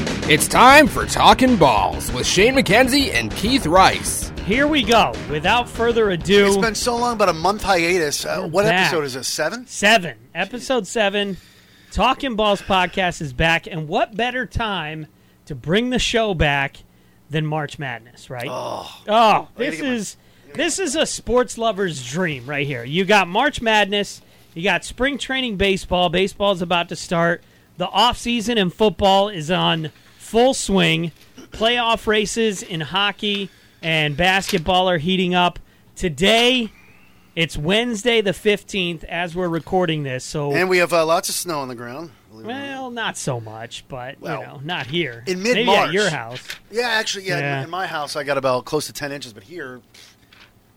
It's time for Talking Balls with Shane McKenzie and Keith Rice. Here we go. Without further ado, It's been so long, about a month hiatus. Uh, what back. episode is this? Seven? seven, episode seven, Talking Balls podcast is back, and what better time to bring the show back than March Madness, right? Oh, this get my- is this is a sports lover's dream right here. You got March Madness, you got spring training baseball. Baseball's about to start. The off season in football is on full swing. Playoff races in hockey and basketball are heating up. Today, it's Wednesday the 15th as we're recording this. So And we have uh, lots of snow on the ground. believe it or not. well, not so much, but Well, you know, not here. in maybe at mid-March. your house. Yeah, actually, yeah, in- Yeah. In my house, I got about close to ten inches, but here,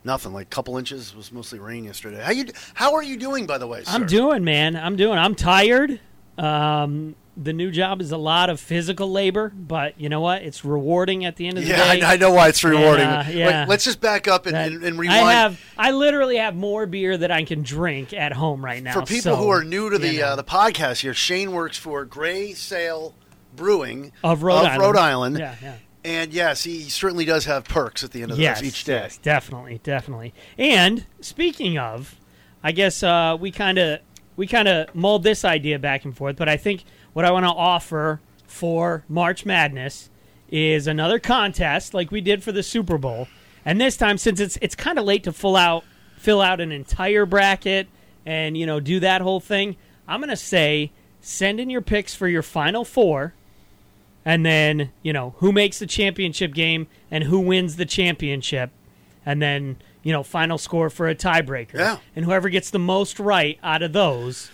nothing. Like a couple inches It was mostly rain yesterday. How you? How are you doing, by the way? I'm sir? doing, man. I'm doing. I'm tired. Um, the new job is a lot of physical labor, but you know what? It's rewarding at the end of the Yeah, day. I, I know why it's rewarding. uh, Wait, yeah. let's just back up and, that and, and I rewind. have. I literally have more beer that I can drink at home right now. for people so, who are new to the you know. uh, the podcast here, Shane works for Gray Sail Brewing of Rhode Island, Island. Yeah, yeah. And yes, he certainly does have perks at the end of yes, the, each day. yes, definitely, definitely. And speaking of, I guess uh, we kind of we kind of mulled this idea back and forth, but I think what I want to offer for March Madness is another contest like we did for the Super Bowl. And this time, since it's it's kind of late to fill out fill out an entire bracket and you know do that whole thing, I'm gonna say send in your picks for your final four and then you know who makes the championship game and who wins the championship and then you know final score for a tiebreaker Yeah. and whoever gets the most right out of those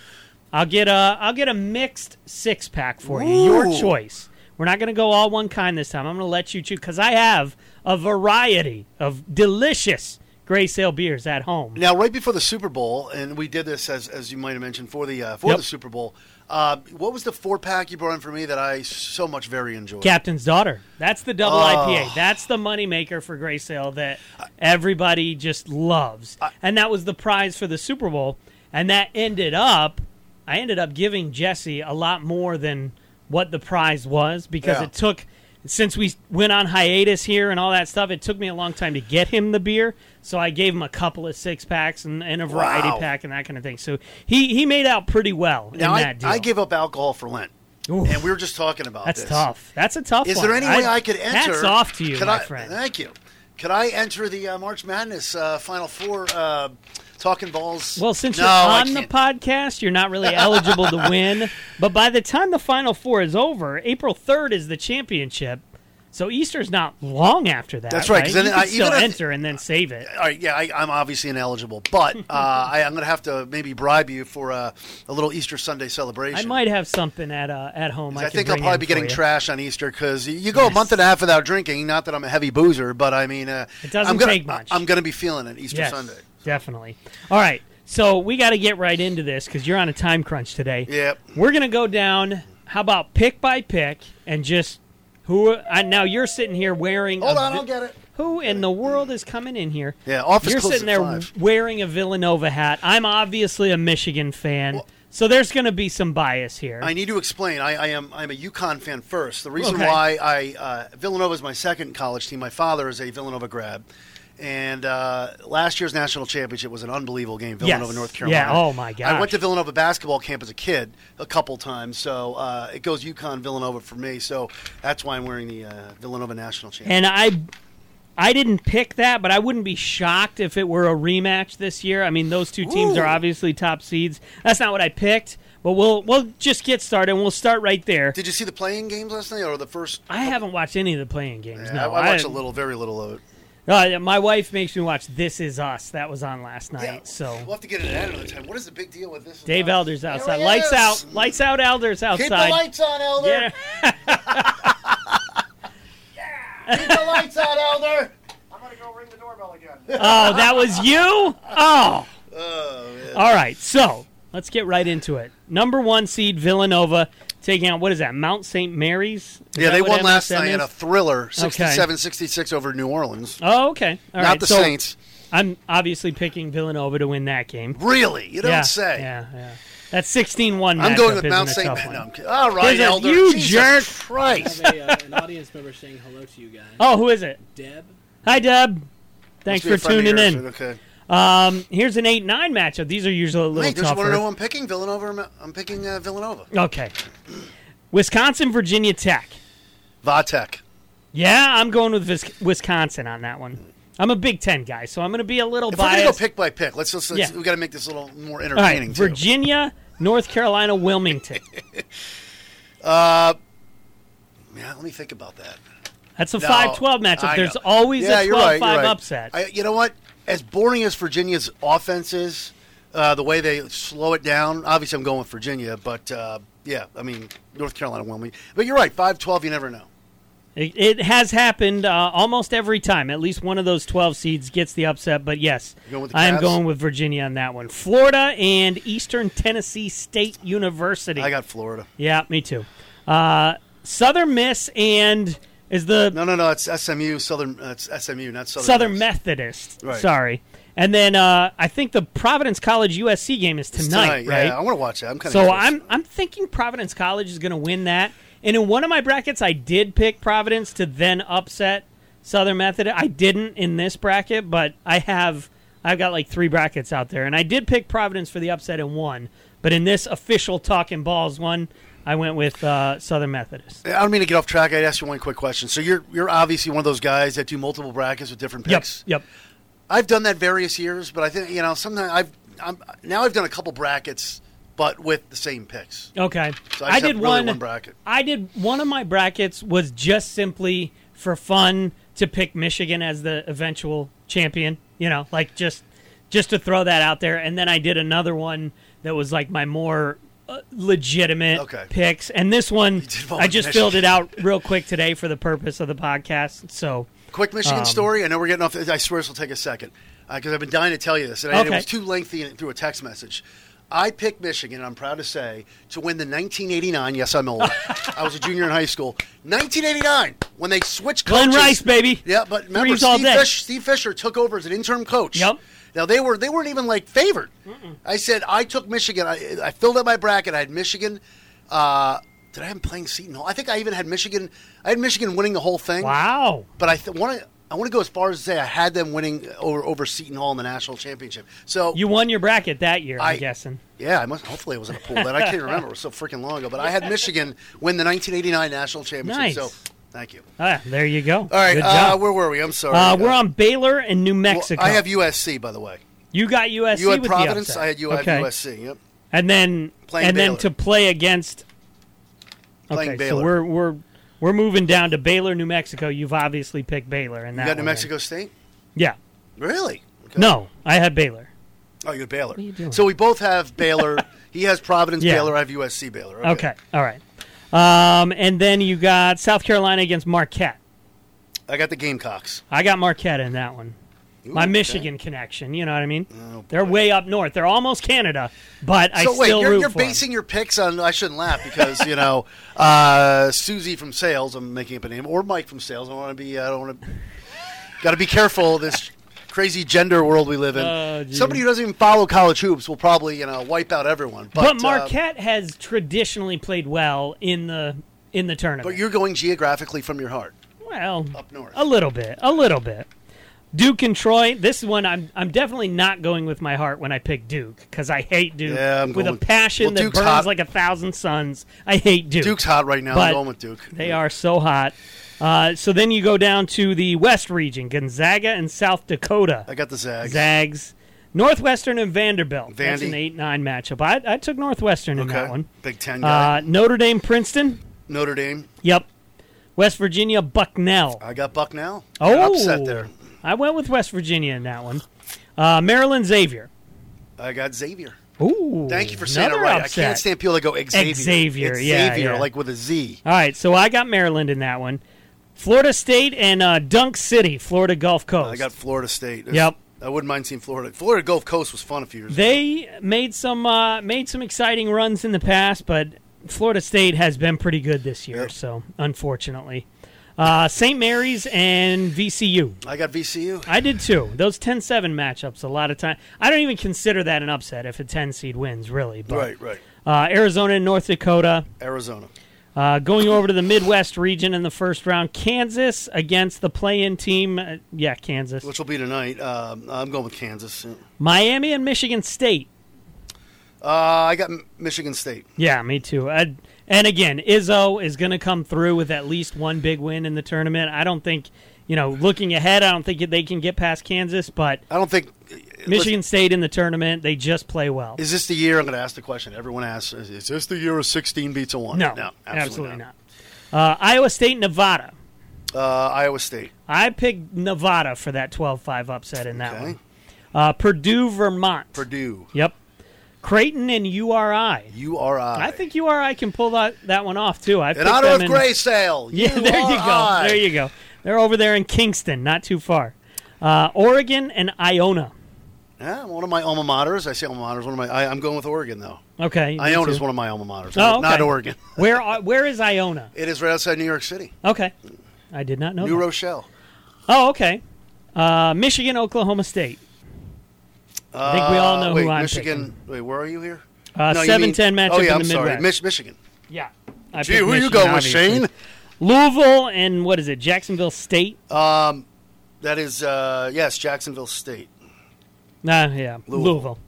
i'll get a i'll get a mixed six pack for you your Ooh. choice we're not going to go all one kind this time i'm going to let you choose because i have a variety of delicious gray sale beers at home Now, right before the Super Bowl, and we did this as, as you might have mentioned for the uh, for Yep. the Super Bowl. Uh, what was the four pack you brought in for me that I so much very enjoyed? Captain's Daughter. That's the double Oh. IPA. That's the moneymaker for Graysale that everybody just loves. and that was the prize for the Super Bowl. And that ended up, I ended up giving Jesse a lot more than what the prize was because Yeah. it took, since we went on hiatus here and all that stuff, it took me a long time to get him the beer. So I gave him a couple of six packs and, and a variety Wow. pack and that kind of thing. So he, he made out pretty well in now, I, that deal. I give up alcohol for Lent, Oof. and we were just talking about That's this. tough. That's a tough Is one. there any way I could enter? Hats off to you, Could my I- friend. Thank you. Could I enter the uh, March Madness uh, Final Four uh, talking balls? well, since No, you're I on the can't. podcast, you're not really eligible to win. But by the time the Final Four is over, April 3rd is the championship. So Easter's not long after that. That's right, 'cause then you can I- still even if- enter and then save it. All right, yeah, I, I'm obviously ineligible, but uh, I, I'm going to have to maybe bribe you for uh, a little Easter Sunday celebration. I might have something at uh, at home. I, I can think I'll bring probably in be for getting you. trash on Easter because you go a month and a half without drinking. Not that I'm a heavy boozer, but I mean, uh, It doesn't I'm gonna, take much. I'm going to be feeling it Easter Yes, Sunday. definitely. All right, so we got to get right into this because you're on a time crunch today. Yep. We're gonna go down. How about pick by pick and just who? I, now you're sitting here wearing. Hold a on, vi- I'll get it. Who in the world is coming in here? Yeah, office You're closes sitting at there five. wearing a Villanova hat. I'm obviously a Michigan fan, so there's gonna be some bias here. I need to explain. I, I am I'm a UConn fan first. The reason Okay. why I uh, Villanova is my second college team. My father is a Villanova grad, and uh, last year's national championship was an unbelievable game. Villanova, Yes. North Yeah, Carolina. oh my I gosh. went to Villanova basketball camp as a kid a couple times, so uh, it goes UConn Villanova for me. So that's why I'm wearing the uh, Villanova national championship. and I I didn't pick that, but I wouldn't be shocked if it were a rematch this year. I mean, those two teams Ooh. are obviously top seeds. That's not what I picked, but we'll we'll just get started. and We'll start right there. Did you see the playing games last night or the first? I haven't watched any of the playing games. Yeah, no, I, I watched a little, very little of it. Uh, my wife makes me watch This Is Us. That was on last night. Yeah, So we'll have to get it at another time. What is the big deal with this? Dave Elder's There outside. he Lights is. out. Lights out. Elder's Keep outside. the lights on, Elder. Yeah. Keep the lights on, Elder. I'm gonna go ring the doorbell again. Oh, that was you? Oh. All right. So let's get right into it. Number one seed Villanova taking out, what is that, Mount St. Mary's? Is yeah, that they what won last MSM night in a is? thriller, 67-66 over New Orleans. Oh, okay. All right. Not the so Saints. I'm obviously picking Villanova to win that game. Really? You don't yeah. say. Yeah, yeah. That 16 1 I'm going with Mount St. Matt. No, I'm kidding. All right, There's a- Elder. you Jesus jerk. Christ. have a, uh, an audience member saying hello to you guys. Oh, who is it? Deb. Hi, Deb. Thanks Must be a for friend of tuning yours, in. but Okay. Um, here's an 8 9 matchup. These are usually a little Wait, don't you tougher. want to know who I'm picking? Villanova. or Ma- I'm picking uh, Villanova. Okay. Wisconsin, Virginia Tech. Vatek. Yeah, I'm going with Vis- Wisconsin on that one. I'm a Big Ten guy, so I'm going to be a little If we're gonna go biased. pick by pick, let's just let's, Yeah. we got to make this a little more All right, entertaining too. Virginia, North Carolina, Wilmington. Yeah, let me think about that. That's a No, 5 12 I matchup. There's know. always yeah, a 12 you're right, you're 5 right. upset. I, you know what? As boring as Virginia's offense is, uh, the way they slow it down, obviously I'm going with Virginia, but uh, yeah, I mean, North Carolina won me. But you're right, 5 12, you never know. It, it has happened uh, almost every time. At least one of those 12 seeds gets the upset. But yes, going with the I am Cavs? going with Virginia on that one. Florida and Eastern Tennessee State University. I got Florida. yeah, me too. Uh, Southern Miss and is the No, no, no, it's SMU, Southern, uh, it's SMU, not Southern. Southern Miss. Methodist. Right. Sorry. And then uh, I think the Providence College USC game is It's tonight, right? Yeah, I want to watch that. I'm kind of So I'm I'm thinking Providence College is going to win that. And in one of my brackets, I did pick Providence to then upset Southern Method. I didn't in this bracket, but I have I've got like three brackets out there, and I did pick Providence for the upset in one. But in this official talking balls one, I went with uh, Southern Methodist. I don't mean to get off track. I'd ask you one quick question. So you're you're obviously one of those guys that do multiple brackets with different Yep, picks. yep. I've done that various years, but I think you know sometimes I've I'm, now I've done a couple brackets, but with the same picks. Okay. So I I, just did have really one, one bracket. I did one of my brackets was just simply for fun to pick Michigan as the eventual champion, you know, like just just to throw that out there and then I did another one that was like my more uh, legitimate Okay. picks. And this one did one I with just Michigan. filled it out real quick today for the purpose of the podcast. So Quick Michigan Um, story. I know we're getting off. I swear this will take a second because I've been dying to tell you this, and I- it Okay. was too lengthy and- through a text message. I picked Michigan, and I'm proud to say, to win the 1989. Yes, I'm old. I was a junior in high school. 1989, when they switched Glenn coaches. Rice, baby. Yeah, but remember, Threes all Steve, day. Fish, Steve Fisher took over as an interim coach. Yep. Now they were they weren't even like favored. I said I took Michigan. I, I filled out my bracket. I had Michigan. Uh, did I have them playing Seton Hall? I think I even had Michigan. I had Michigan winning the whole thing wow. but I th- want to. I want to go as far as to say I had them winning over, over Seton Hall in the national championship. So You won your bracket that year, I, I- am guessing. yeah, I must. Hopefully, I was in a pool then. I can't remember. It was so freaking long ago. But I had Michigan win the 1989 national championship. Nice. So thank you. Ah, there you go. All right, Good uh, job. where were we? I'm sorry. Uh, we're on Baylor and New Well, Mexico. I have USC by the way. You got USC You had with Providence. the upset. I had you okay. had USC. Yep. And then Playing and then Baylor. to play against Okay, Playing so Baylor. we're we're we're moving down to Baylor, New Mexico. You've obviously picked Baylor in that you got New one, Mexico State. right? Yeah. Really? Okay. No, I had Baylor. Oh, you had Baylor. you doing? So we both have Baylor. he has Providence Yeah. Baylor. I have USC Baylor. Okay. Okay. All right. Um, and then you got South Carolina against Marquette. I got the Gamecocks. I got Marquette in that one. Ooh, My okay. Michigan connection, you know what I mean? Oh, They're boy. way up north. They're almost Canada, but I So wait, still you're, root you're for 'em. basing your picks on? I shouldn't laugh because you know uh, Susie from Sales. I'm making up a name, or Mike from Sales. I want to be. I don't want to. Got to be careful of this crazy gender world we live in. Oh, geez. Somebody who doesn't even follow college hoops will probably you know wipe out everyone. But, But, uh, Marquette has traditionally played well in the in the tournament. but you're going geographically from your heart. Well, Up north. a little bit, a little bit. Duke and Troy. This one, I'm I'm definitely not going with my heart when I pick Duke because I hate Duke Yeah, I'm with a going- passion well, that Duke's burns hot. like a thousand suns. I hate Duke. Duke's hot right now. But I'm going with Duke. They are so hot. Uh, so then you go down to the West region: Gonzaga and South Dakota. I got the Zags. Zags, Northwestern and Vanderbilt. That's Vandy. an eight-nine matchup. I, I took Northwestern in okay. that one. Big Ten guy. Uh, Notre Dame, Princeton. Notre Dame. Yep. West Virginia, Bucknell. I got Bucknell. Oh, Got upset there. I went with West Virginia in that one. Uh, Maryland, Xavier. I got Xavier. Ooh. Thank you for saying it another right. upset. I can't stand people that go Xavier. Xavier, yeah, yeah. like with a Z. All right, so I got Maryland in that one. Florida State and uh, Dunk City, Florida Gulf Coast. I got Florida State. Yep. I wouldn't mind seeing Florida. Florida Gulf Coast was fun a few years ago. they made some uh, made some exciting runs in the past, but Florida State has been pretty good this year. Yep. So unfortunately, uh, St. Mary's and VCU. I got VCU. I did too. Those 10-7 matchups, a lot of time. I don't even consider that an upset if a ten seed wins, really. But Right, right. Uh, Arizona and North Dakota. Arizona. Uh, going over to the Midwest region in the first round, Kansas against the play-in team. Uh, yeah, Kansas. Which will be tonight. Um, I'm going with Kansas. Uh, Miami and Michigan State. I got M- Michigan State. Yeah, me too. i and again, Izzo is going to come through with at least one big win in the tournament. I don't think, you know, looking ahead, I don't think they can get past Kansas, but I don't think uh, Michigan State in the tournament, they just play well. Is this the year? I'm going to ask the question. Everyone asks: Is is this the year of 16 beats a one? no, no, absolutely, not. Uh, Iowa State, Nevada. Uh, Iowa State. I picked Nevada for that 12-5 upset in that Okay. one. Uh, Purdue, Vermont. Purdue. Yep. Creighton and URI. URI. I think URI can pull that, that one off too. I In picked honor them of Graysale. Yeah, there you go. URI. There you go. They're over there in Kingston, not too far. Uh, Oregon and Iona. Yeah, one of my alma maters. I say alma maters. One of my. I, I'm going with Oregon though. Okay. me Iona too. is one of my alma maters. Oh, okay. Not Oregon. Where are- where is Iona? It is right outside New York City, Okay. I did not know. New that. Rochelle. Oh, okay. Uh, Michigan, Oklahoma State. I think we all know Uh, who wait, I'm Michigan. Wait, where are you here? Uh, No, you seven mean- ten matchup Oh yeah, in I'm the sorry. Midwest. Mich- Michigan. yeah. I Gee, picked who you Michigan, going with, obviously. Shane? Louisville and what is it? Jacksonville State. Um, that is uh, yes, Jacksonville State. Nah, yeah, Louisville. Louisville.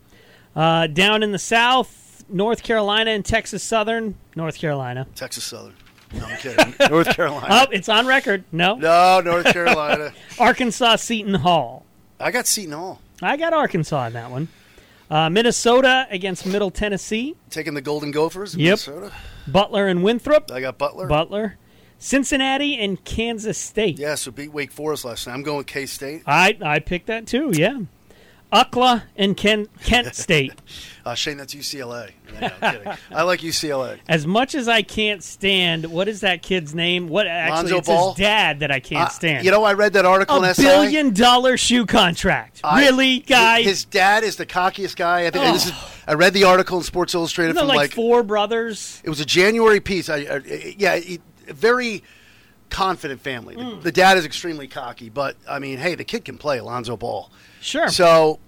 Uh, down in the South, North Carolina and Texas Southern. North Carolina. Texas Southern. No, I'm kidding. North Oh, Carolina. it's on record. No. No, North Carolina. Arkansas Seton Hall. I got Seton Hall I got Arkansas in that one. Uh, Minnesota against Middle Tennessee. taking the Golden Gophers. of Yep. Minnesota. Butler and Winthrop. I got Butler. Butler. Cincinnati and Kansas State. yes, who beat Wake Forest last night. I'm going with K State. I, I picked that too, yeah. Ukla and Ken, Kent State. Uh, Shane, that's UCLA. No, no, I'm kidding. I like UCLA. As much as I can't stand, what is that kid's name? What actually Lonzo it's Ball? his dad that I can't Uh, stand. you know, I read that article a in SI. billion dollar shoe contract. I- really, guys? His dad is the cockiest guy. I think and this is. I read the article in Sports Illustrated Isn't there from like, like four brothers? It was a January piece. I, I yeah, he, a very confident family. The, Mm. the dad is extremely cocky, but I mean, hey, the kid can play Alonzo Ball. Sure. So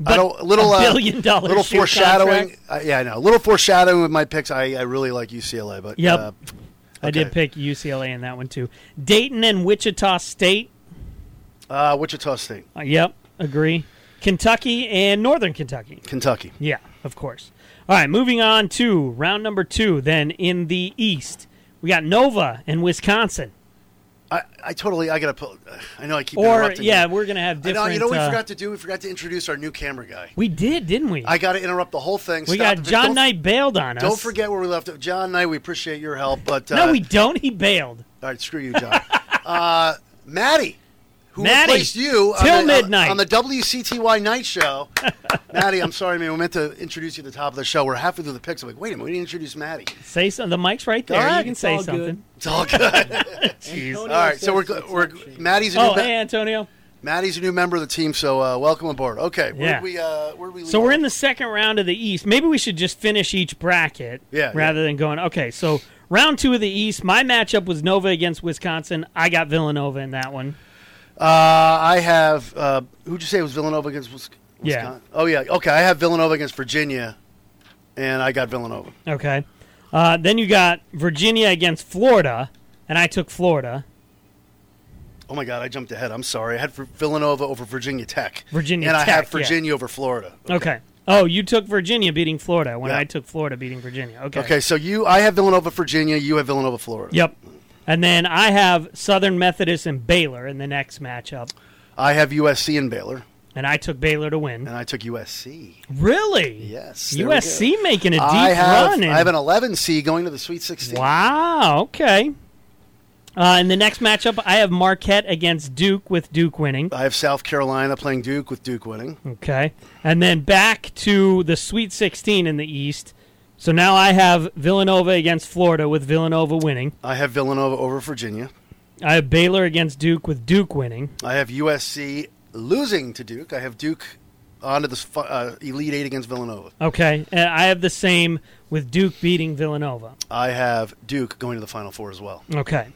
I But don't a little a uh, billion dollar little shoe foreshadowing. Uh, yeah, I know. A little foreshadowing with my picks. I, I really like UCLA, but Yep. uh, I did okay. pick UCLA in that one too. Dayton and Wichita State. Uh, Wichita State, Uh, yep, agree. Kentucky and Northern Kentucky. Kentucky. Yeah, of course. All right, moving on to round number two. Then in the East, we got Nova and Wisconsin. I, I totally. I gotta put. I know I keep Or interrupting. yeah, you. we're gonna have I different. know. You know what we uh, forgot to do? We forgot to introduce our new camera guy. we did, didn't we? I gotta interrupt the whole thing. we Stop got it. John Don't- Knight bailed on us. Don't forget where we left it. John Knight, we appreciate your help, but uh, No, we don't. He bailed. all right, screw you, John. uh, Maddie, who Maddie, replaced you on till the- on- midnight. on the WCTY night show. Maddie, I'm sorry, man. We meant to introduce you at the top of the show. We're halfway through the picks. I'm like, wait a minute, we didn't introduce Maddie. Say something. The mic's right there. All right, you can Ah, it's say all good. something. It's all good. all Jeez. Antonio right, so we're says it's we're up, Shane. Maddie's a new Oh, me- hey Antonio. Maddie's a new member of the team, so uh, welcome aboard. Okay, where Yeah. did we uh, where did we? So leave we're off? in the second round of the East. Maybe we should just finish each bracket Yeah, rather than going, okay, so round two of the East, my matchup was Nova against Wisconsin. I got Villanova in that one. Uh, I have. Uh, who'd you say was Villanova against Wis- Yeah. Wisconsin? Oh yeah. Okay, I have Villanova against Virginia, and I got Villanova. Okay. Uh, then you got Virginia against Florida, and I took Florida. Oh my God, I jumped ahead. I'm sorry. I had for Villanova over Virginia Tech. Virginia and Tech, I have yeah. Virginia over Florida. Okay. Oh, you took Virginia beating Florida when Yeah. I took Florida beating Virginia. Okay. Okay, so you, I have Villanova, Virginia. You have Villanova, Florida. Yep. And then I have Southern Methodist and Baylor in the next matchup, I have USC and Baylor, and I took Baylor to win. and I took USC. Really? Yes, there we go. USC making a deep I have run. in- I have an 11 C going to the Sweet 16. Wow. Okay. Uh, in the next matchup, I have Marquette against Duke with Duke winning. I have South Carolina playing Duke with Duke winning. Okay. And then back to the Sweet 16 in the East. So now I have Villanova against Florida with Villanova winning. I have Villanova over Virginia. I have Baylor against Duke with Duke winning. I have USC losing to Duke. I have Duke on to the s- uh, Elite Eight against Villanova. Okay. And I have the same with Duke beating Villanova. I have Duke going to the Final Four as well. Okay.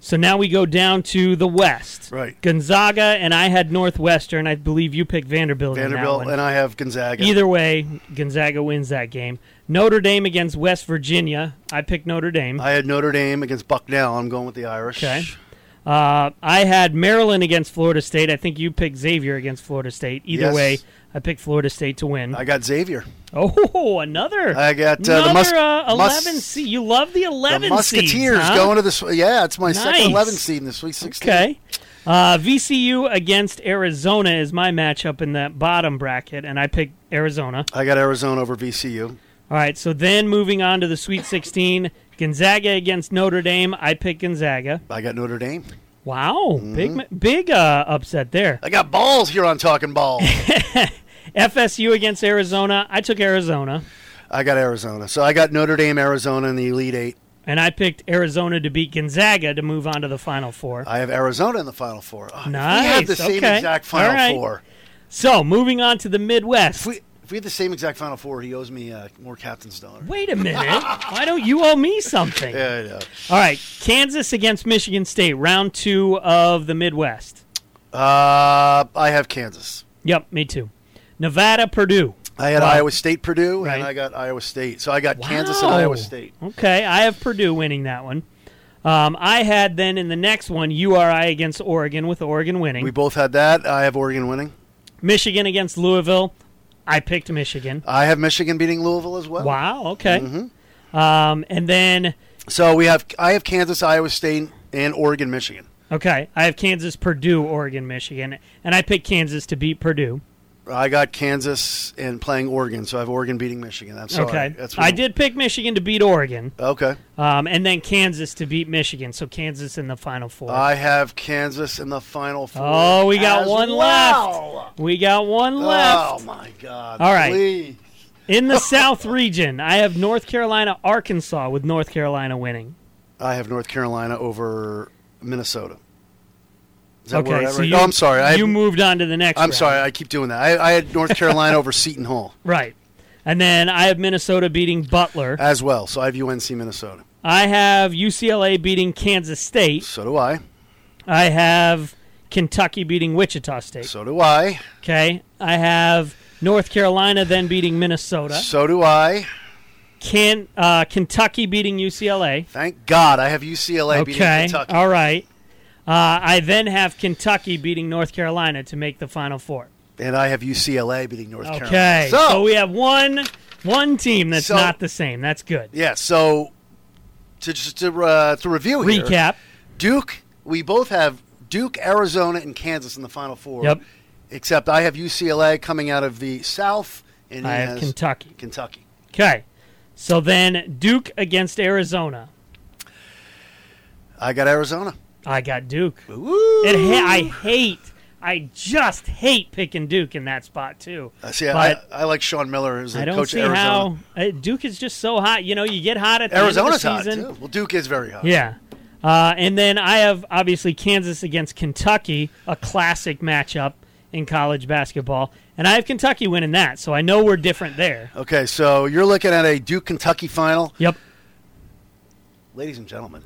So now we go down to the West. Right. Gonzaga and I had Northwestern. I believe you picked Vanderbilt. in that Vanderbilt one. and I have Gonzaga. Either way, Gonzaga wins that game. Notre Dame against West Virginia. I picked Notre Dame. I had Notre Dame against Bucknell. I'm going with the Irish. Okay. Uh, I had Maryland against Florida State. I think you picked Xavier against Florida State. Either Yes. way, I picked Florida State to win. I got Xavier. oh, another. I got, uh, the another Mus- uh, Mus- eleven seed. You love the The eleven Musketeers seeds, huh? going to the sw- yeah. It's my Nice. second 11 seed in the Sweet 16. Okay. Uh, VCU against Arizona is my matchup in that bottom bracket, and I picked Arizona. I got Arizona over VCU. All right, so then moving on to the Sweet 16, Gonzaga against Notre Dame. I picked Gonzaga. I got Notre Dame. Wow, big Mm-hmm. ma- big uh, upset there. I got balls here on Talking Ball. FSU against Arizona. I took Arizona, I got Arizona. So I got Notre Dame, Arizona in the Elite Eight. and I picked Arizona to beat Gonzaga to move on to the Final Four. I have Arizona in the Final Four. Oh, if We Nice. had the same Okay. exact All Final right. Four. So moving on to the Midwest. If we, if we had the same exact Final Four, he owes me uh, more captain's dollar. Wait a minute. Why don't you owe me something? Yeah, I know. All right, Kansas against Michigan State, round two of the Midwest. Uh, I have Kansas. Yep, me too. Nevada, Purdue. I had Wow. Iowa State, Purdue, Right. and I got Iowa State. So I got Kansas and Wow. Iowa State. Okay, I have Purdue winning that one. Um, I had then in the next one URI against Oregon with Oregon winning. We both had that. I have Oregon winning. Michigan against Louisville. I picked Michigan. I have Michigan beating Louisville as well. Wow. Okay. mm-hmm. Um, and then So we have I have Kansas, Iowa State, and Oregon, Michigan. okay, I have Kansas, Purdue, Oregon, Michigan, and I picked Kansas to beat Purdue. I got Kansas and playing Oregon, so I have Oregon beating Michigan. I'm sorry. okay, That's I wrong. did pick Michigan to beat Oregon, Okay. um, and then Kansas to beat Michigan. So Kansas in the Final Four. I have Kansas in the final four. oh, we got Uh, as one well. left. We got one Oh left my God! All right. please. in the South region. I have North Carolina, Arkansas, with North Carolina winning. I have North Carolina over Minnesota. Is that where Okay, I- so right- you, no, I'm sorry. I you had, moved on to the next. I'm round. sorry. I keep doing that. I, I had North Carolina over Seton Hall Right. And then I have Minnesota beating Butler. as well, so I have UNC Minnesota. I have UCLA beating Kansas State. So do I. I have Kentucky beating Wichita State. So do I. Okay. I have North Carolina then beating Minnesota. So do I. Can uh, Kentucky beating UCLA. Thank God I have UCLA beating Okay. Oh. Kentucky. All right. Uh, I then have Kentucky beating North Carolina to make the Final Four. and I have UCLA beating North Okay. Carolina. So, we have one one team that's So- not the same. That's good. yeah, so to just to, uh, to review here, Recap. Duke, we both have Duke, Arizona, and Kansas in the Final Four. Yep. Except I have UCLA coming out of the South, and he I have has Kentucky. Kentucky. Okay. So then Duke against Arizona. I got Arizona. I got Duke. Woo! It ha- I hate. I just hate picking Duke in that spot too. I Uh, see. I, but- I like Sean Miller as I a don't coach see of Arizona. how uh, Duke is just so hot. You know, you get hot at the Arizona's end of hot the season. too. Well, Duke is very hot. Yeah. Uh, and then I have obviously Kansas against Kentucky, a classic matchup in college basketball, and I have Kentucky winning that. So I know we're different there. Okay, so you're looking at a Duke Kentucky final, Yep. ladies and gentlemen.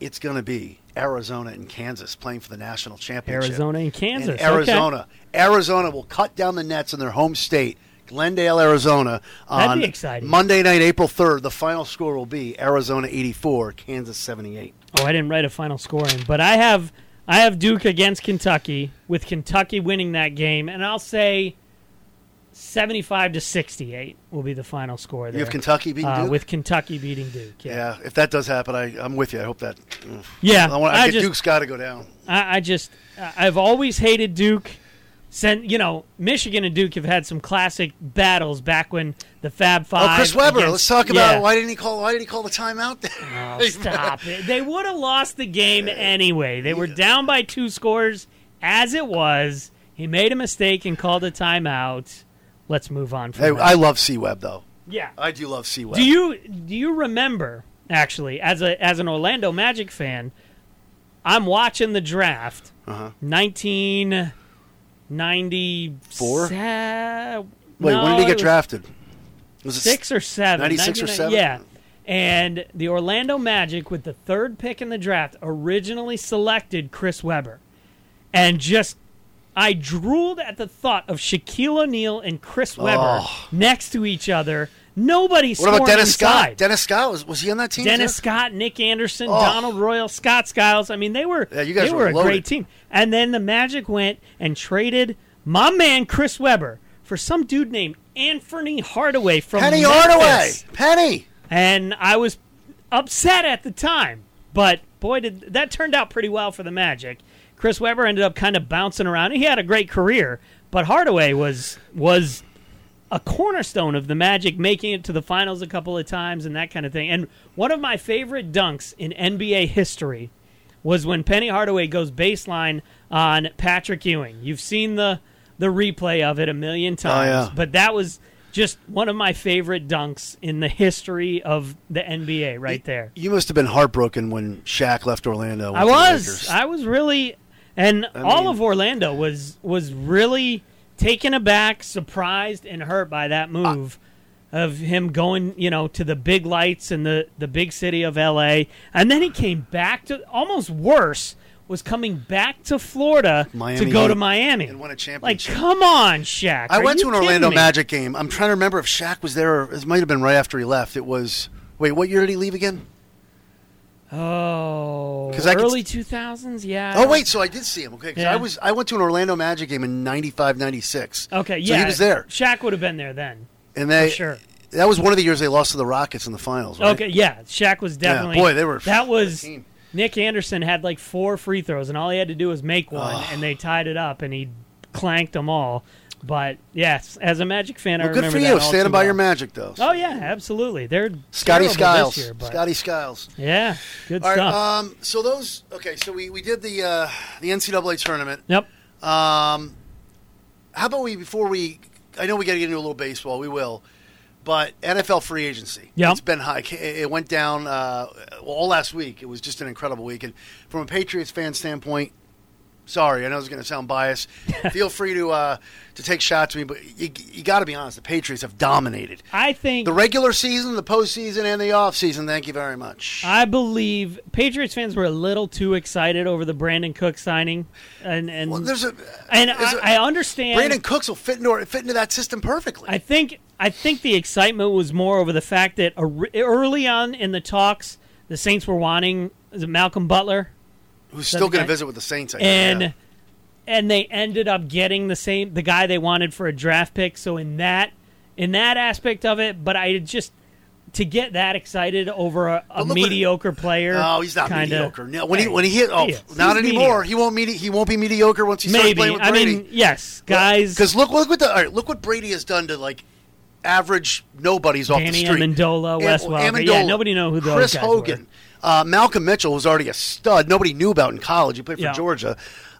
It's going to be Arizona and Kansas playing for the national championship. Arizona and and Kansas. Okay. Arizona. Arizona will cut down the nets in their home state, Glendale, Arizona, That'd on be exciting. Monday night, April 3rd. The final score will be Arizona 84, Kansas 78. Oh, I didn't write a final score in, but I have I have Duke against Kentucky with Kentucky winning that game, and I'll say seventy-five to sixty-eight will be the final score there. You have Kentucky beating uh, Duke? with Kentucky beating Duke. Yeah, yeah, if that does happen, I, I'm with you. I hope that. mm. yeah. I want, I I, think just, Duke's got to go down. I, I just, I- I've always hated Duke. Send you know, Michigan and Duke have had some classic battles back when the Fab Five. Oh, Chris Webber. against- let's talk about yeah. why didn't he call? Why did he call the timeout? There, Oh, stop it. They would have lost the game anyway. They were down by two scores as it was. He made a mistake and called a timeout. Let's move on from Hey, that. I love C Web though. yeah. I do love C Web. Do you do you remember actually as a as an Orlando Magic fan, I'm watching the draft. Uh-huh. 1994. Wait, when did he get drafted? Was it six or seven. 96 or 99 seven? Yeah. And the Orlando Magic, with the third pick in the draft, originally selected Chris Webber. And just, I drooled at the thought of Shaquille O'Neal and Chris Webber Oh. next to each other, Nobody What about scored Dennis inside. Scott? Dennis Scott was was he on that team? Dennis too? Scott, Nick Anderson, Oh. Donald Royal, Scott Skiles. I mean, they were Yeah, you guys they were were, a loaded. great team. And then the Magic went and traded my man Chris Webber for some dude named Anthony Hardaway from Penny Memphis. Hardaway. Penny. And I was upset at the time, but boy, did that turned out pretty well for the Magic. Chris Webber ended up kind of bouncing around. He had a great career, but Hardaway was was a cornerstone of the Magic, making it to the finals a couple of times and that kind of thing. And one of my favorite dunks in NBA history was when Penny Hardaway goes baseline on Patrick Ewing. You've seen the the replay of it a million times, yeah. but that was just one of my favorite dunks in the history of the NBA, right there. You must have been heartbroken when Shaq left Orlando. I with the was. Lakers. I was really, and all mean- of Orlando was was really taken aback, surprised, and hurt by that move of him going, you know, to the big lights and the the big city of L.A. And then he came back to almost worse was coming back to Florida Miami to go to and- Miami and won a Like, championship. come on, Shaq! I Are went you to an kidding Orlando me? Magic game. I'm trying to remember if Shaq was there. Or, it might have been right after he left. It was. Wait, what year did he leave again? Oh, 'Cause I could- early two thousands, yeah. Oh wait, so I did see him. Okay, 'cause Yeah. I was. I went to an Orlando Magic game in '95, '96. Okay, so yeah, he was there, Shaq would have been there then. and they. sure. That was one of the years they lost to the Rockets in the finals. Right? Okay, yeah, Shaq was definitely. boy, they were- That was team. Nick Anderson had like four free throws, and all he had to do was make one, and they tied it up, and he clanked them all. But yes, as a Magic fan, I Well, good remember for that you, all standing too by well. your Magic though. Oh yeah, absolutely. They're Scotty terrible Skiles. This year, but Scotty Skiles. Yeah, good All right. stuff. Um, so those. Okay. So we, we did the uh, the NCAA tournament. yep. Um, how about we before we? I know we got to get into a little baseball. We will, but NFL free agency. Yeah. it's been high. It went down uh, all last week. It was just an incredible week, and from a Patriots fan standpoint. Sorry, I know it's going to sound biased. Feel free to uh, to take shots at me, but you, you got to be honest. The Patriots have dominated I think the regular season, the postseason, and the offseason. Thank you very much. I believe Patriots fans were a little too excited over the Brandon Cook signing, and and Well, there's a and there's a- I, I understand Brandon Cooks will fit into fit into that system perfectly. I think I think the excitement was more over the fact that ar- early on in the talks, the Saints were wanting is it Malcolm Butler, who's still the going guy- to visit with the Saints. I think, and yeah. and they ended up getting the same the guy they wanted for a draft pick. So in that in that aspect of it, but I just to get that excited over a, a look what- mediocre player. Oh, he's not kinda- mediocre. No, when he Hey, when he hit, oh, he is. not He's mediocre. anymore. He won't medi- he won't be mediocre once he starts playing Maybe with I Brady. mean yes, guys. because look look what the all right, look what Brady has done to like average nobodies off Danny the street. Amendola, Am- Wes Welker. Yeah, Amendola, nobody know who those Chris guys Hogan, Uh, Malcolm Mitchell was already a stud. Nobody knew about in college. He played for Yeah. Georgia.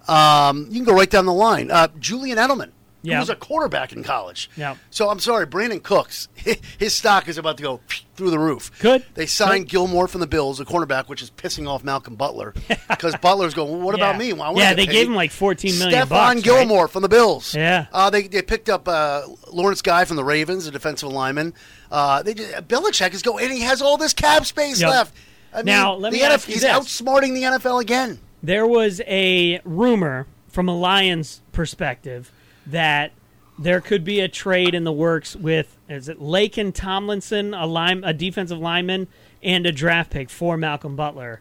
Um, you can go right down the line. Uh, Julian Edelman. who Yeah. was a quarterback in college. Yeah. So I'm sorry, Brandon Cooks. His stock is about to go through the roof. Good. They signed Gilmore from the Bills, a cornerback, which is pissing off Malcolm Butler because Butler's going. Well, what Yeah. about me? Well, I wanna yeah, get they paid. gave him like fourteen million. Stephon bucks, right? Gilmore from the Bills. Yeah. Uh, they, they picked up uh, Lawrence Guy from the Ravens, a defensive lineman. Uh, they just, Belichick is going, and he has all this cap space Yep. left. I Now, mean, let the me ask you he's this. outsmarting the NFL again. there was a rumor from a Lions perspective that there could be a trade in the works with is it Lake and Tomlinson, a line, a defensive lineman, and a draft pick for Malcolm Butler.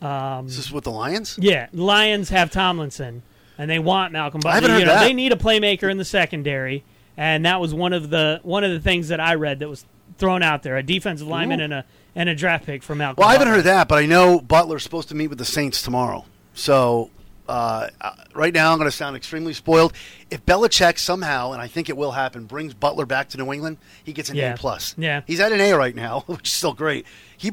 Is this with the Lions? Yeah, Lions have Tomlinson, and they want Malcolm Butler. haven't You heard know, that. They need a playmaker in the secondary, and that was one of the one of the things that I read that was thrown out there: a defensive lineman and a and a draft pick for Malcolm. Well, I haven't Butler. heard that, but I know Butler's supposed to meet with the Saints tomorrow. So uh, uh, right now, I'm going to sound extremely spoiled. If Belichick somehow, and I think it will happen, brings Butler back to New England, he gets an Yeah. A plus. Yeah. he's at an A right now, which is still great. He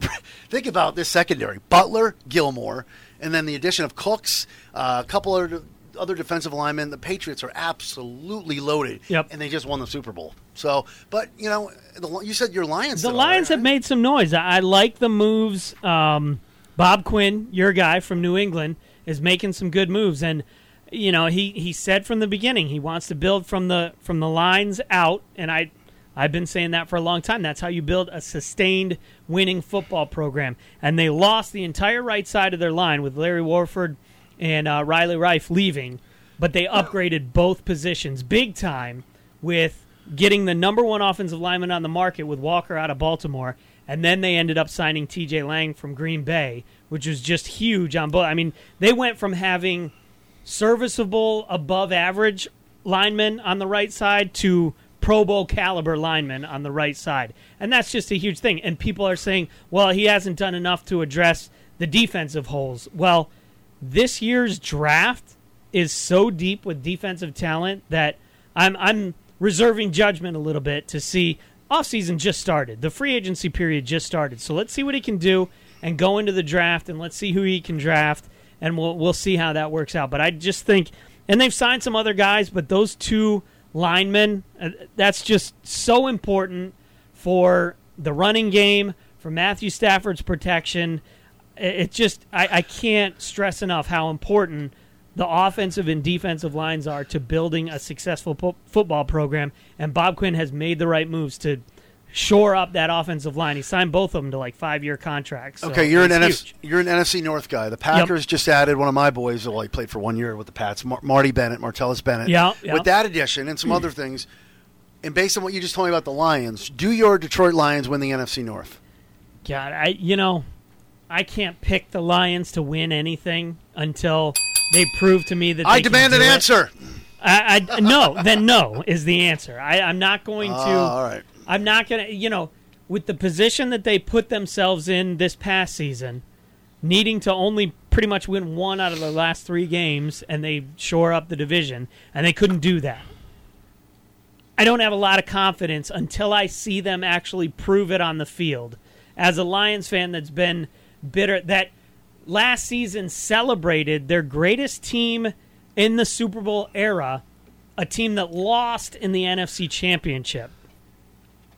think about this secondary: Butler, Gilmore, and then the addition of Cooks, uh, a couple of other defensive linemen. The Patriots are absolutely loaded, Yep. and they just won the Super Bowl. So, but you know, the, Li- you said your Lions. The did all right, Lions have right? made some noise. I, I like the moves. Um, Bob Quinn, your guy from New England, is making some good moves, and you know he, he said from the beginning he wants to build from the from the lines out, and I I've been saying that for a long time. That's how you build a sustained winning football program. And they lost the entire right side of their line with Larry Warford and uh, Riley Rife leaving, but they upgraded both positions big time with getting the number one offensive lineman on the market with Walker out of Baltimore, and then they ended up signing T.J. Lang from Green Bay, which was just huge on both. I mean, they went from having serviceable, above average linemen on the right side to Pro Bowl caliber linemen on the right side, and that's just a huge thing. And people are saying, well, he hasn't done enough to address the defensive holes. Well, this year's draft is so deep with defensive talent that I'm I'm reserving judgment a little bit to see offseason just started. The free agency period just started. So let's see what he can do and go into the draft and let's see who he can draft and we'll we'll see how that works out. But I just think and they've signed some other guys, but those two linemen uh, that's just so important for the running game, for Matthew Stafford's protection. I- It just I, I can't stress enough how important the offensive and defensive lines are to building a successful po- football program. And Bob Quinn has made the right moves to shore up that offensive line. He signed both of them to like five year contracts. so Okay, you're an it's NFC, huge. you're an NFC North guy. The Packers just added one of my boys. Well, he played for one year with the Pats, Mar- Marty Bennett, Martellus Bennett. Yeah, yeah. With that addition and some other things, and based on what you just told me about the Lions, do your Detroit Lions win the NFC North? God, I you know, I can't pick the Lions to win anything until they prove to me that I they can demand an do it. answer. I, I- no, then no is the answer. I, I'm not going to. Ah, all right. I'm not going to, you know, with the position that they put themselves in this past season, needing to only pretty much win one out of the last three games, and they shore up the division, and they couldn't do that. I don't have a lot of confidence until I see them actually prove it on the field. As a Lions fan that's been bitter, that last season celebrated their greatest team in the Super Bowl era, a team that lost in the NFC Championship.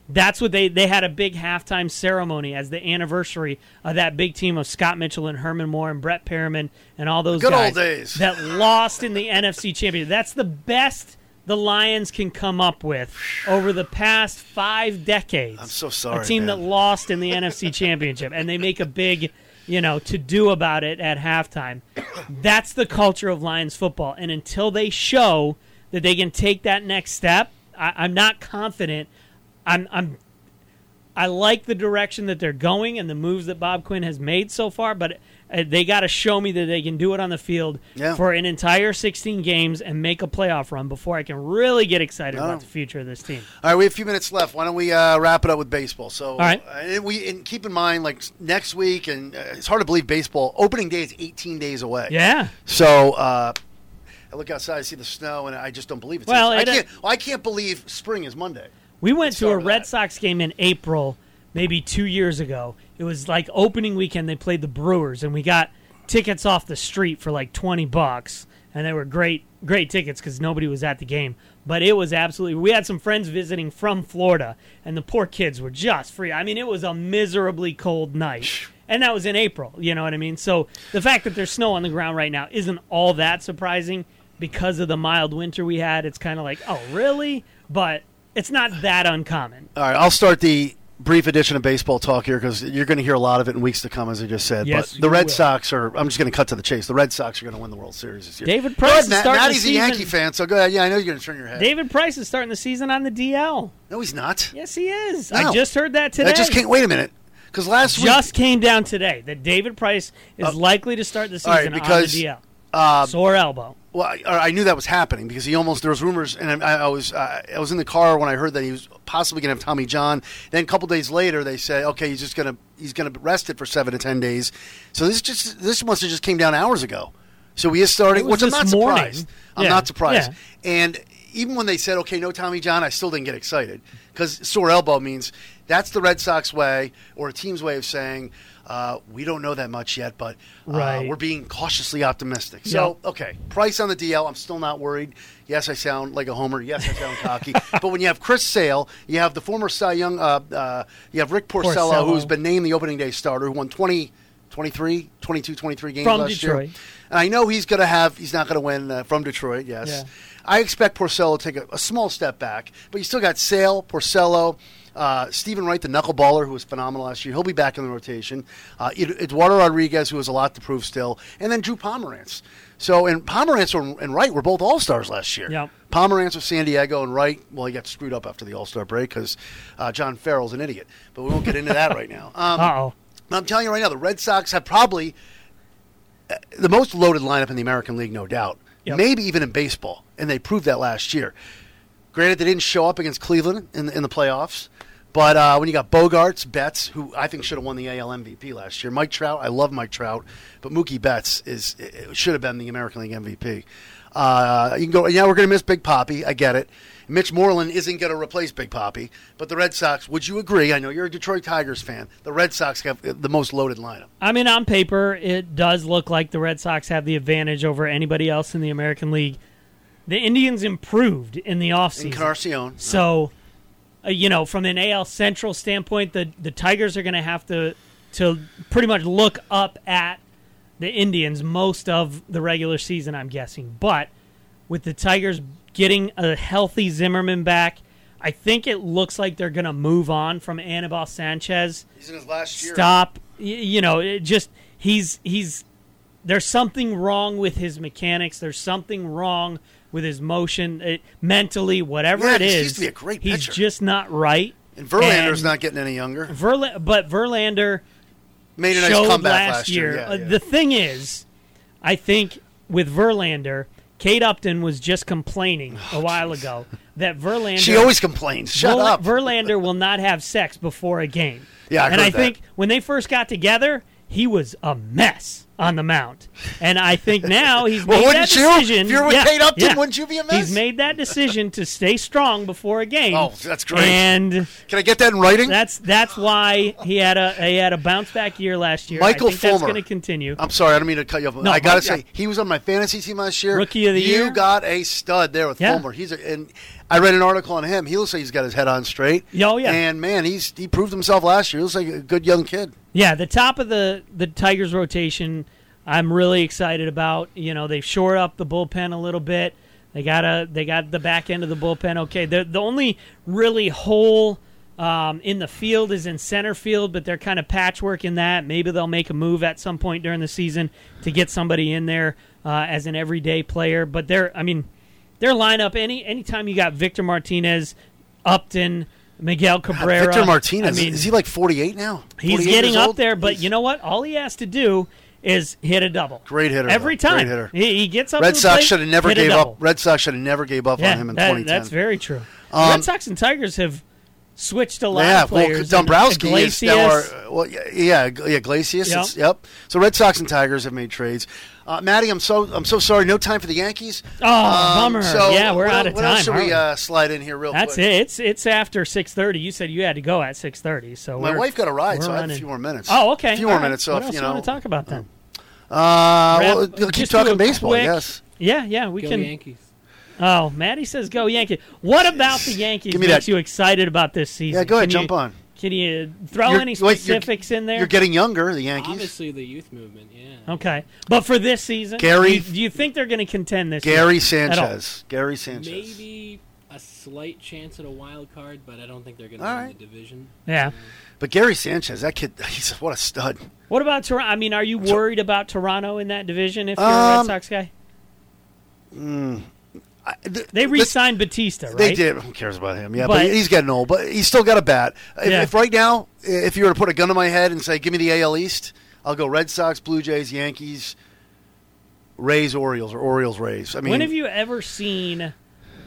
That's what they they had a big halftime ceremony as the anniversary of that big team of Scott Mitchell and Herman Moore and Brett Perriman and all those Good guys old days. that lost in the NFC Championship. That's the best the Lions can come up with over the past five decades. I'm so sorry, A team man. that lost in the NFC Championship, and they make a big, you know, to do about it at halftime. That's the culture of Lions football, and until they show that they can take that next step, I, I'm not confident. I'm, I'm, I like the direction that they're going and the moves that Bob Quinn has made so far, but uh, they got to show me that they can do it on the field Yeah. for an entire 16 games and make a playoff run before I can really get excited about the future of this team. All right, we have a few minutes left. Why don't we uh, wrap it up with baseball? So, all right. and we and keep in mind, like s- next week, and uh, it's hard to believe baseball opening day is 18 days away. Yeah. So uh, I look outside, I see the snow, and I just don't believe it. Well, I it- uh, can't. well, I can't believe spring is Monday. We went to a start with Red that. Sox game in April, maybe two years ago. It was like opening weekend. They played the Brewers, and we got tickets off the street for like twenty bucks, and they were great, great tickets because nobody was at the game. But it was absolutely. We had some friends visiting from Florida, and the poor kids were just free. I mean, it was a miserably cold night. And that was in April, you know what I mean? So the fact that there's snow on the ground right now isn't all that surprising because of the mild winter we had. It's kind of like, oh, really? But it's not that uncommon. All right, I'll start the brief edition of baseball talk here because you're going to hear a lot of it in weeks to come, as I just said. Yes, but the you Red will. Sox are. I'm just going to cut to the chase. The Red Sox are going to win the World Series this year. David Go Price ahead, is Matt. starting the Matty's a season- Yankee fan, so go ahead. Yeah, I know you're going to turn your head. David Price is starting the season on the DL. no, he's not. Yes, he is. No. I just heard that today. That just can't. Wait a minute, because last week. Just came down today that David Price is likely to start the Uh, all right, season because, um, on the DL. Sore elbow. Well, I, I knew that was happening because he almost there was rumors, and I, I was uh, I was in the car when I heard that he was possibly going to have Tommy John. Then a couple days later, they say, okay, he's just going to he's going to rest it for seven to ten days. So this just this must have just came down hours ago. So he is It starting, was which I'm this not morning. surprised. I'm Yeah, not surprised. yeah. And even when they said, okay, no Tommy John, I still didn't get excited because sore elbow means that's the Red Sox way or a team's way of saying, uh, we don't know that much yet, but uh, Right. we're being cautiously optimistic. So, okay, price on the DL, I'm still not worried. Yes, I sound like a homer. Yes, I sound cocky. But when you have Chris Sale, you have the former Cy Young, uh, uh, you have Rick Porcello, Porcello. who's been named the opening day starter, who won 20, 23, 22, 23 games From last Detroit. year. And I know he's going to have, he's not going to win uh, from Detroit, yes. Yeah. I expect Porcello to take a, a small step back, but you still got Sale, Porcello, uh, Stephen Wright, the knuckleballer, who was phenomenal last year. He'll be back in the rotation. Uh, Ed- Eduardo Rodriguez, who has a lot to prove still, and then Drew Pomerantz. So, and Pomerantz and and Wright were both All Stars last year. Yep. Pomerantz with San Diego and Wright. Well, he got screwed up after the All Star break because uh, John Farrell's an idiot. But we won't get into that right now. Um, Uh oh. but I'm telling you right now, the Red Sox have probably uh, the most loaded lineup in the American League, no doubt. Yep. Maybe even in baseball, and they proved that last year. Granted, they didn't show up against Cleveland in the, in the playoffs, but uh, when you got Bogarts, Betts, who I think should have won the AL MVP last year, Mike Trout, I love Mike Trout, but Mookie Betts is i- i- should have been the American League MVP. Uh, you can go. Yeah, we're going to miss Big Poppy. I get it. Mitch Moreland isn't going to replace Big Poppy, but the Red Sox. Would you agree? I know you're a Detroit Tigers fan. The Red Sox have uh, the most loaded lineup. I mean, on paper, it does look like the Red Sox have the advantage over anybody else in the American League. The Indians improved in the In offseason. Encarnacion. So, uh, you know, from an AL Central standpoint, the the Tigers are going to have to to pretty much look up at the Indians most of the regular season, I'm guessing. But with the Tigers getting a healthy Zimmerman back, I think it looks like they're going to move on from Anibal Sanchez. He's in his last year. Stop, Y- you know, it just he's he's there's something wrong with his mechanics. There's something wrong with his motion, it, mentally, whatever Yeah, it he is. used to be a great He's pitcher. just not right. And Verlander's And not getting any younger. Verla- but Verlander Made a nice showed comeback last, last, year. Yeah, Uh, yeah. The thing is, I think with Verlander, Kate Upton was just complaining a while ago that Verlander. she always complains. Shut Verla- up. Verlander will not have sex before a game. Yeah, I and heard I that. think when they first got together, he was a mess on the mound, and I think now he's Well, made that wouldn't you? If decision. you're with yeah, Kate Upton, yeah. wouldn't you be a mess? He's made that decision to stay strong before a game. Oh, that's great. And Can I get that in writing? that's that's why he had a he had a bounce back year last year. Michael I think that's Fulmer. going to continue. I'm sorry, I don't mean to cut you off. I Mike, gotta yeah. say, he was on my fantasy team last year. Rookie of the you year? got a stud there with Yeah. Fulmer. He's a, and I read an article on him. He looks like he's got his head on straight. Yeah, oh, yeah. And man, he's he proved himself last year. He looks like a good young kid. Yeah, the top of the the Tigers rotation, I'm really excited about. You know, they've shored up the bullpen a little bit. They got a they got the back end of the bullpen okay. The the only really hole um, in the field is in center field, but they're kind of patchwork in that. Maybe they'll make a move at some point during the season to get somebody in there uh, as an everyday player. But they're I mean, their lineup any anytime you got Victor Martinez, Upton, Miguel Cabrera, Uh, Victor Martinez. I mean, is he like 48 now? He's 48 getting years up old? there, but He's- you know what? All he has to do is hit a double. Great hitter, every though. Great time. hitter. He, he gets up. to Red the Sox plate, should have never hit a gave double. up. Red Sox should have never gave up yeah, on him in that- 2010. that's very true. Um, Red Sox and Tigers have switched a lot yeah, of players. well, and Dombrowski is now Iglesias- our, uh, well, yeah, yeah, yeah, Glacius. Yep. Yep. yep. So Red Sox and Tigers have made trades. Uh, Maddie, I'm so I'm so sorry. No time for the Yankees. Um, Oh, bummer. So Yeah, we're what, out of what else time, should aren't we we? uh, slide in here real That's quick? it. It's it's after six thirty. You said you had to go at six thirty. So My we're- wife got a ride, we're so I have a running. few more minutes. Oh, okay. A few All more right. minutes. So What if, else you you know, want to talk about then? uh, Wrap- well, we'll keep just do a talking baseball. quick- Yes. Yeah, yeah. We Go can. Yankees. Oh, Maddie says go Yankees. What about the Yankees Give me makes that- you excited about this season? Yeah. Go ahead. Can you- Jump on. Can you throw You're- any wait, you're- specifics in there? You're getting younger. The Yankees. Obviously, the youth movement. Yeah. okay, but for this season, Gary- do you, do you think they're going to contend this? year? Gary all. Sanchez. Gary Sanchez. Maybe a slight chance at a wild card, but I don't think they're going to All win right. the division. Yeah. But Gary Sanchez, that kid, he's what a stud. What about Toronto? I mean, are you worried about Toronto in that division if you're a Red Um, Sox guy? I- th- They this- re-signed Batista, right? They did. Who cares about him? Yeah, but, But- he's getting old. But he's still got a bat. If, Yeah. if right now, if you were to put a gun to my head and say, "Give me the AL East," I'll go Red Sox, Blue Jays, Yankees, Rays, Orioles, or Orioles, Rays. I mean, when have you ever seen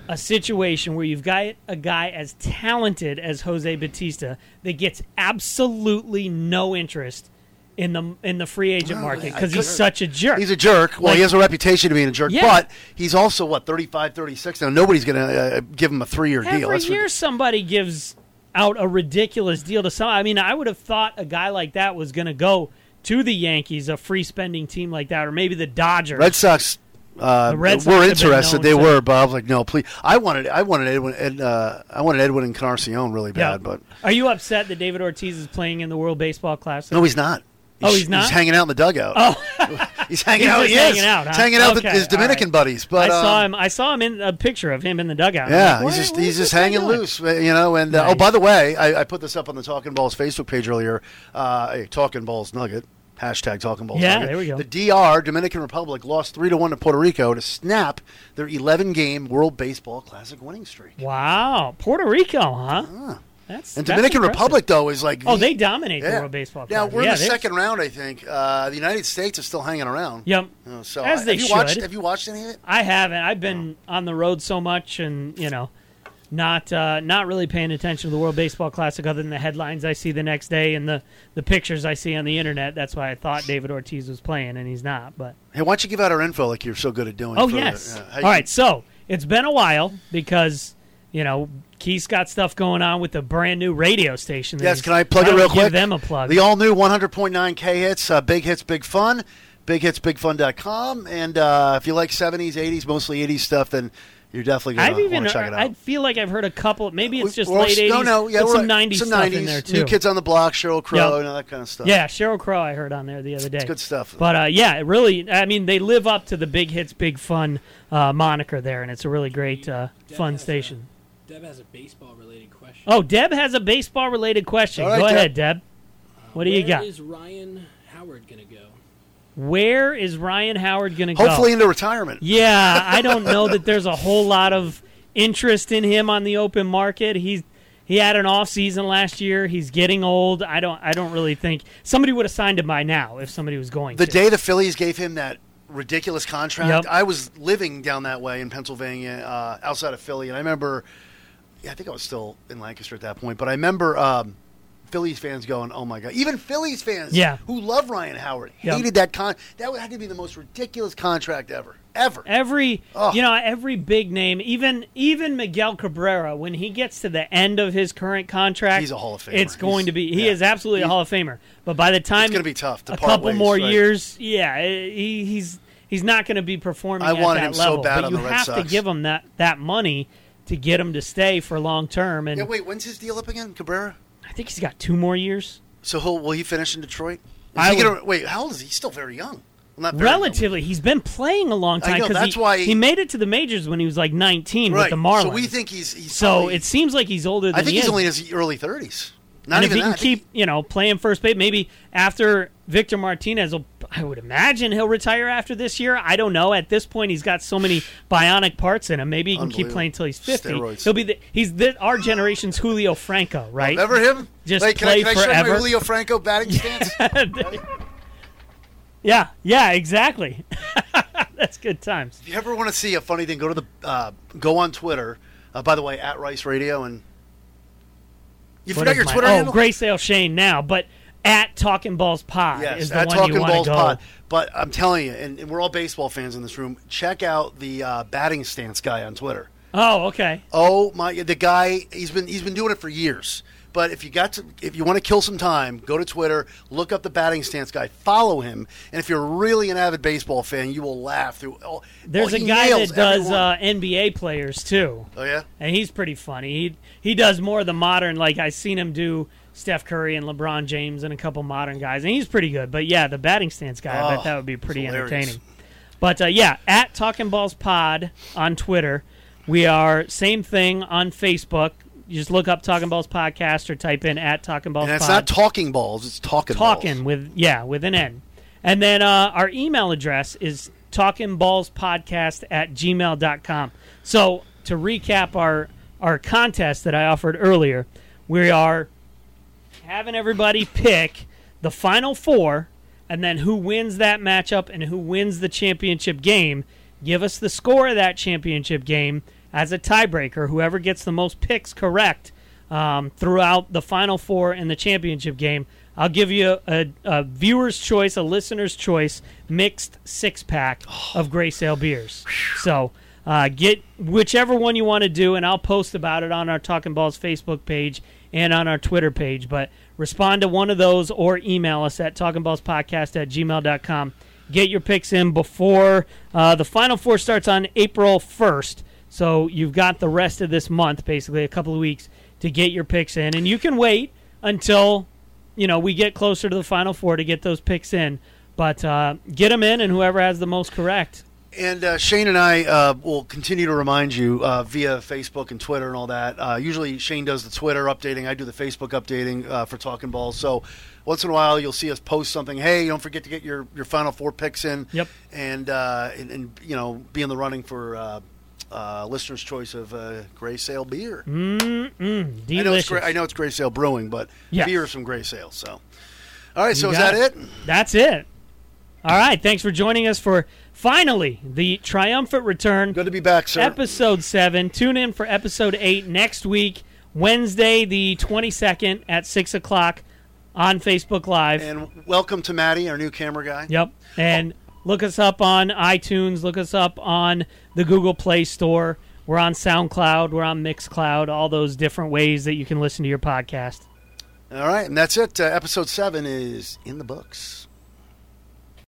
a situation where you've got a guy as talented as Jose Batista that gets absolutely no interest in the in the free agent market because he's such a jerk? He's a jerk. Well, Like- he has a reputation to being a jerk, Yeah. but he's also what 35, 36 now. Nobody's going to uh, give him a three-year deal. Every That's year, ridiculous. somebody gives out a ridiculous deal to some. I mean, I would have thought a guy like that was going to go to the Yankees, a free spending team like that, or maybe the Dodgers. Red Sox. Uh, The Red Sox were have been interested. known They to- were, but I was like, no, please. I wanted, I wanted Edwin, Ed, uh, I wanted Edwin and Encarnacion really Yeah. bad, but are you upset that David Ortiz is playing in the World Baseball Classic? no, he's not. Oh, he's not? He's hanging out in the dugout. Oh, he's hanging He's out. just he is. hanging out, huh? He's hanging out with Okay, his Dominican all right. buddies. But I saw um, him. I saw him in a picture of him in the dugout. I'm Yeah, like, "Where- he's just where he's is just this guy hanging going?" loose, uh, you know. And uh, oh, Nice. by the way, I, I put this up on the Talking Balls Facebook page earlier. Uh, hey, Talking Balls Nugget. Hashtag Talking Balls. Yeah, Nugget. there we go. The DR Dominican Republic lost three to one to Puerto Rico to snap their 11 game World Baseball Classic winning streak. Wow, Puerto Rico, huh? That's Ah. And that's Dominican impressive. Republic though is like Oh, the- they dominate the yeah. World Baseball. Now Classic. we're yeah, in the they- second round, I think. Uh, the United States is still hanging around. Yep. You know, so As uh, they have you watched should. Have you watched any of it? I haven't. I've been on the road so much, and you know, not uh, not really paying attention to the World Baseball Classic other than the headlines I see the next day and the the pictures I see on the internet. That's why I thought David Ortiz was playing, and he's not. But Hey, why don't you give out our info like you're so good at doing? oh for the- yes, uh, how all you- right. So it's been a while because you know Keith's got stuff going on with the brand new radio station. that Yes, he's- can I plug it don't real we quick? Give them a plug. The all new 100.9 K hits, uh, Big Hits, Big Fun, bighitsbigfun.com. And uh, if you like 70s, 80s, mostly 80s stuff, then you're definitely going I've to even want to check it out. Oh, I feel like I've heard a couple. Maybe it's just Well, late eighties. No, no, yeah, but we're some right. nineties some stuff 90s, in there too. New Kids on the Block, Cheryl Crow, Yeah. and all that kind of stuff. Yeah, Cheryl Crow, I heard on there the other day. good stuff. But uh, yeah, it really, I mean, they live up to the big hits, big fun uh, moniker there, and it's a really great, uh, fun has a- station. Deb has a baseball related question. Oh, Deb has a baseball related question. All right, go Deb. ahead, Deb. What do you got? Where is Ryan Howard going to go? Where is Ryan Howard going to go? Hopefully into retirement. Yeah, I don't know that there's a whole lot of interest in him on the open market. He's he had an off season last year. He's getting old. I don't I don't really think somebody would have signed him by now if somebody was going The to. day the Phillies gave him that ridiculous contract, Yep. I was living down that way in Pennsylvania, uh, outside of Philly, and I remember. Yeah, I think I was still in Lancaster at that point, but I remember um, Phillies fans going, "Oh my god!" Even Phillies fans, Yeah. who love Ryan Howard, Yep. hated that con. That had to be the most ridiculous contract ever, ever. Every Ugh. you know, every big name, even even Miguel Cabrera, when he gets to the end of his current contract, He's a Hall of Famer. It's going He's- to be he yeah. is absolutely a Hall of Famer. But by the time gonna be tough to a part couple ways, more right? years, yeah, he, he's he's not going to be performing. I at wanted that him so level. bad but on you the Red have to Sox. give him that that money to get him to stay for long term, and Yeah, wait, when's his deal up again, Cabrera? I think he's got two more years. So he'll will he finish in Detroit? Is I he would- gonna- wait, how old is he? He's still very young. Well, not very young, but- Relatively, he's been playing a long I time know, because that's he, why- he made it to the majors when he was like 19 right? with the Marlins. So we think he's. he's So probably- it seems like he's older than I think he he's is. only in his early thirties. Not and if even he can that. I think keep, you know, playing first base, maybe after Victor Martinez, will, I would imagine he'll retire after this year. I don't know. At this point, he's got so many bionic parts in him. Maybe he can keep Unbelievable. playing until he's fifty. Steroids. He'll be the, he's the, our generation's Julio Franco, right? Remember him? Just like, play can I, can I show forever. my Julio Franco batting stance? yeah, yeah, exactly. That's good times. if you ever want to see a funny thing, go to the uh, go on Twitter. Uh, by the way, at Rice Radio, and you What forgot is your my- Twitter oh, handle. Graysdale Shane now, but at Talking Balls Pod is Yes, the at one Talking you want Balls to go. Pod. But I'm telling you, and, and we're all baseball fans in this room. Check out the uh, batting stance guy on Twitter. Oh, okay. Oh my! The guy he's been he's been doing it for years. But if you got to, if you want to kill some time, go to Twitter, look up the batting stance guy, follow him, and if you're really an avid baseball fan, you will laugh through. all There's oh, a he guy nails that does everyone. uh, NBA players too. oh yeah, and he's pretty funny. He he does more of the modern, like I've seen him do Steph Curry and LeBron James and a couple modern guys, and he's pretty good. But yeah, the batting stance guy, I Oh, bet that would be pretty it's hilarious. entertaining. But uh, yeah, at Talking Balls Pod on Twitter, we are same thing on Facebook. You just look up Talking Balls Podcast or type in at Talking Balls and it's Pod not talking balls, it's talking Oh, talking balls. with yeah with an n and then uh, our email address is talkingballspodcast at gmail.com so to recap our our contest that i offered earlier we are having everybody pick the final four and then who wins that matchup and who wins the championship game give us the score of that championship game as a tiebreaker whoever gets the most picks correct um, throughout the final four and the championship game i'll give you a, a viewer's choice a listener's choice mixed six-pack of graysale beers so uh, get whichever one you want to do, and I'll post about it on our Talking Balls Facebook page and on our Twitter page. But respond to one of those or email us at talkingballspodcast at gmail.com. Get your picks in before uh, the Final Four starts on April 1st. So you've got the rest of this month, basically a couple of weeks, to get your picks in. And you can wait until you know we get closer to the final four to get those picks in. But uh, get them in, and whoever has the most correct. And uh, Shane and I uh, will continue to remind you uh, via Facebook and Twitter and all that. Uh, usually Shane does the Twitter updating. I do the Facebook updating uh, for Talking Balls. So once in a while you'll see us post something. Hey, don't forget to get your, your final four picks in. Yep. And, uh, and, and you know, be in the running for uh, uh, listener's choice of uh, Gray Sale beer. I, know it's Delicious. gray, I know it's Gray Sale Brewing, but Yes. beer is from Gray Sale. So, all right. So You is got that it. it? That's it. All right. Thanks for joining us for finally the triumphant return. Good to be back, sir. Episode 7. Tune in for episode 8 next week, Wednesday, the 22nd at 6 o'clock on Facebook Live. and welcome to Maddie, our new camera guy. yep. And look us up on iTunes. Look us up on the Google Play Store. We're on SoundCloud. We're on Mixcloud. All those different ways that you can listen to your podcast. All right, and that's it. Uh, episode seven is in the books.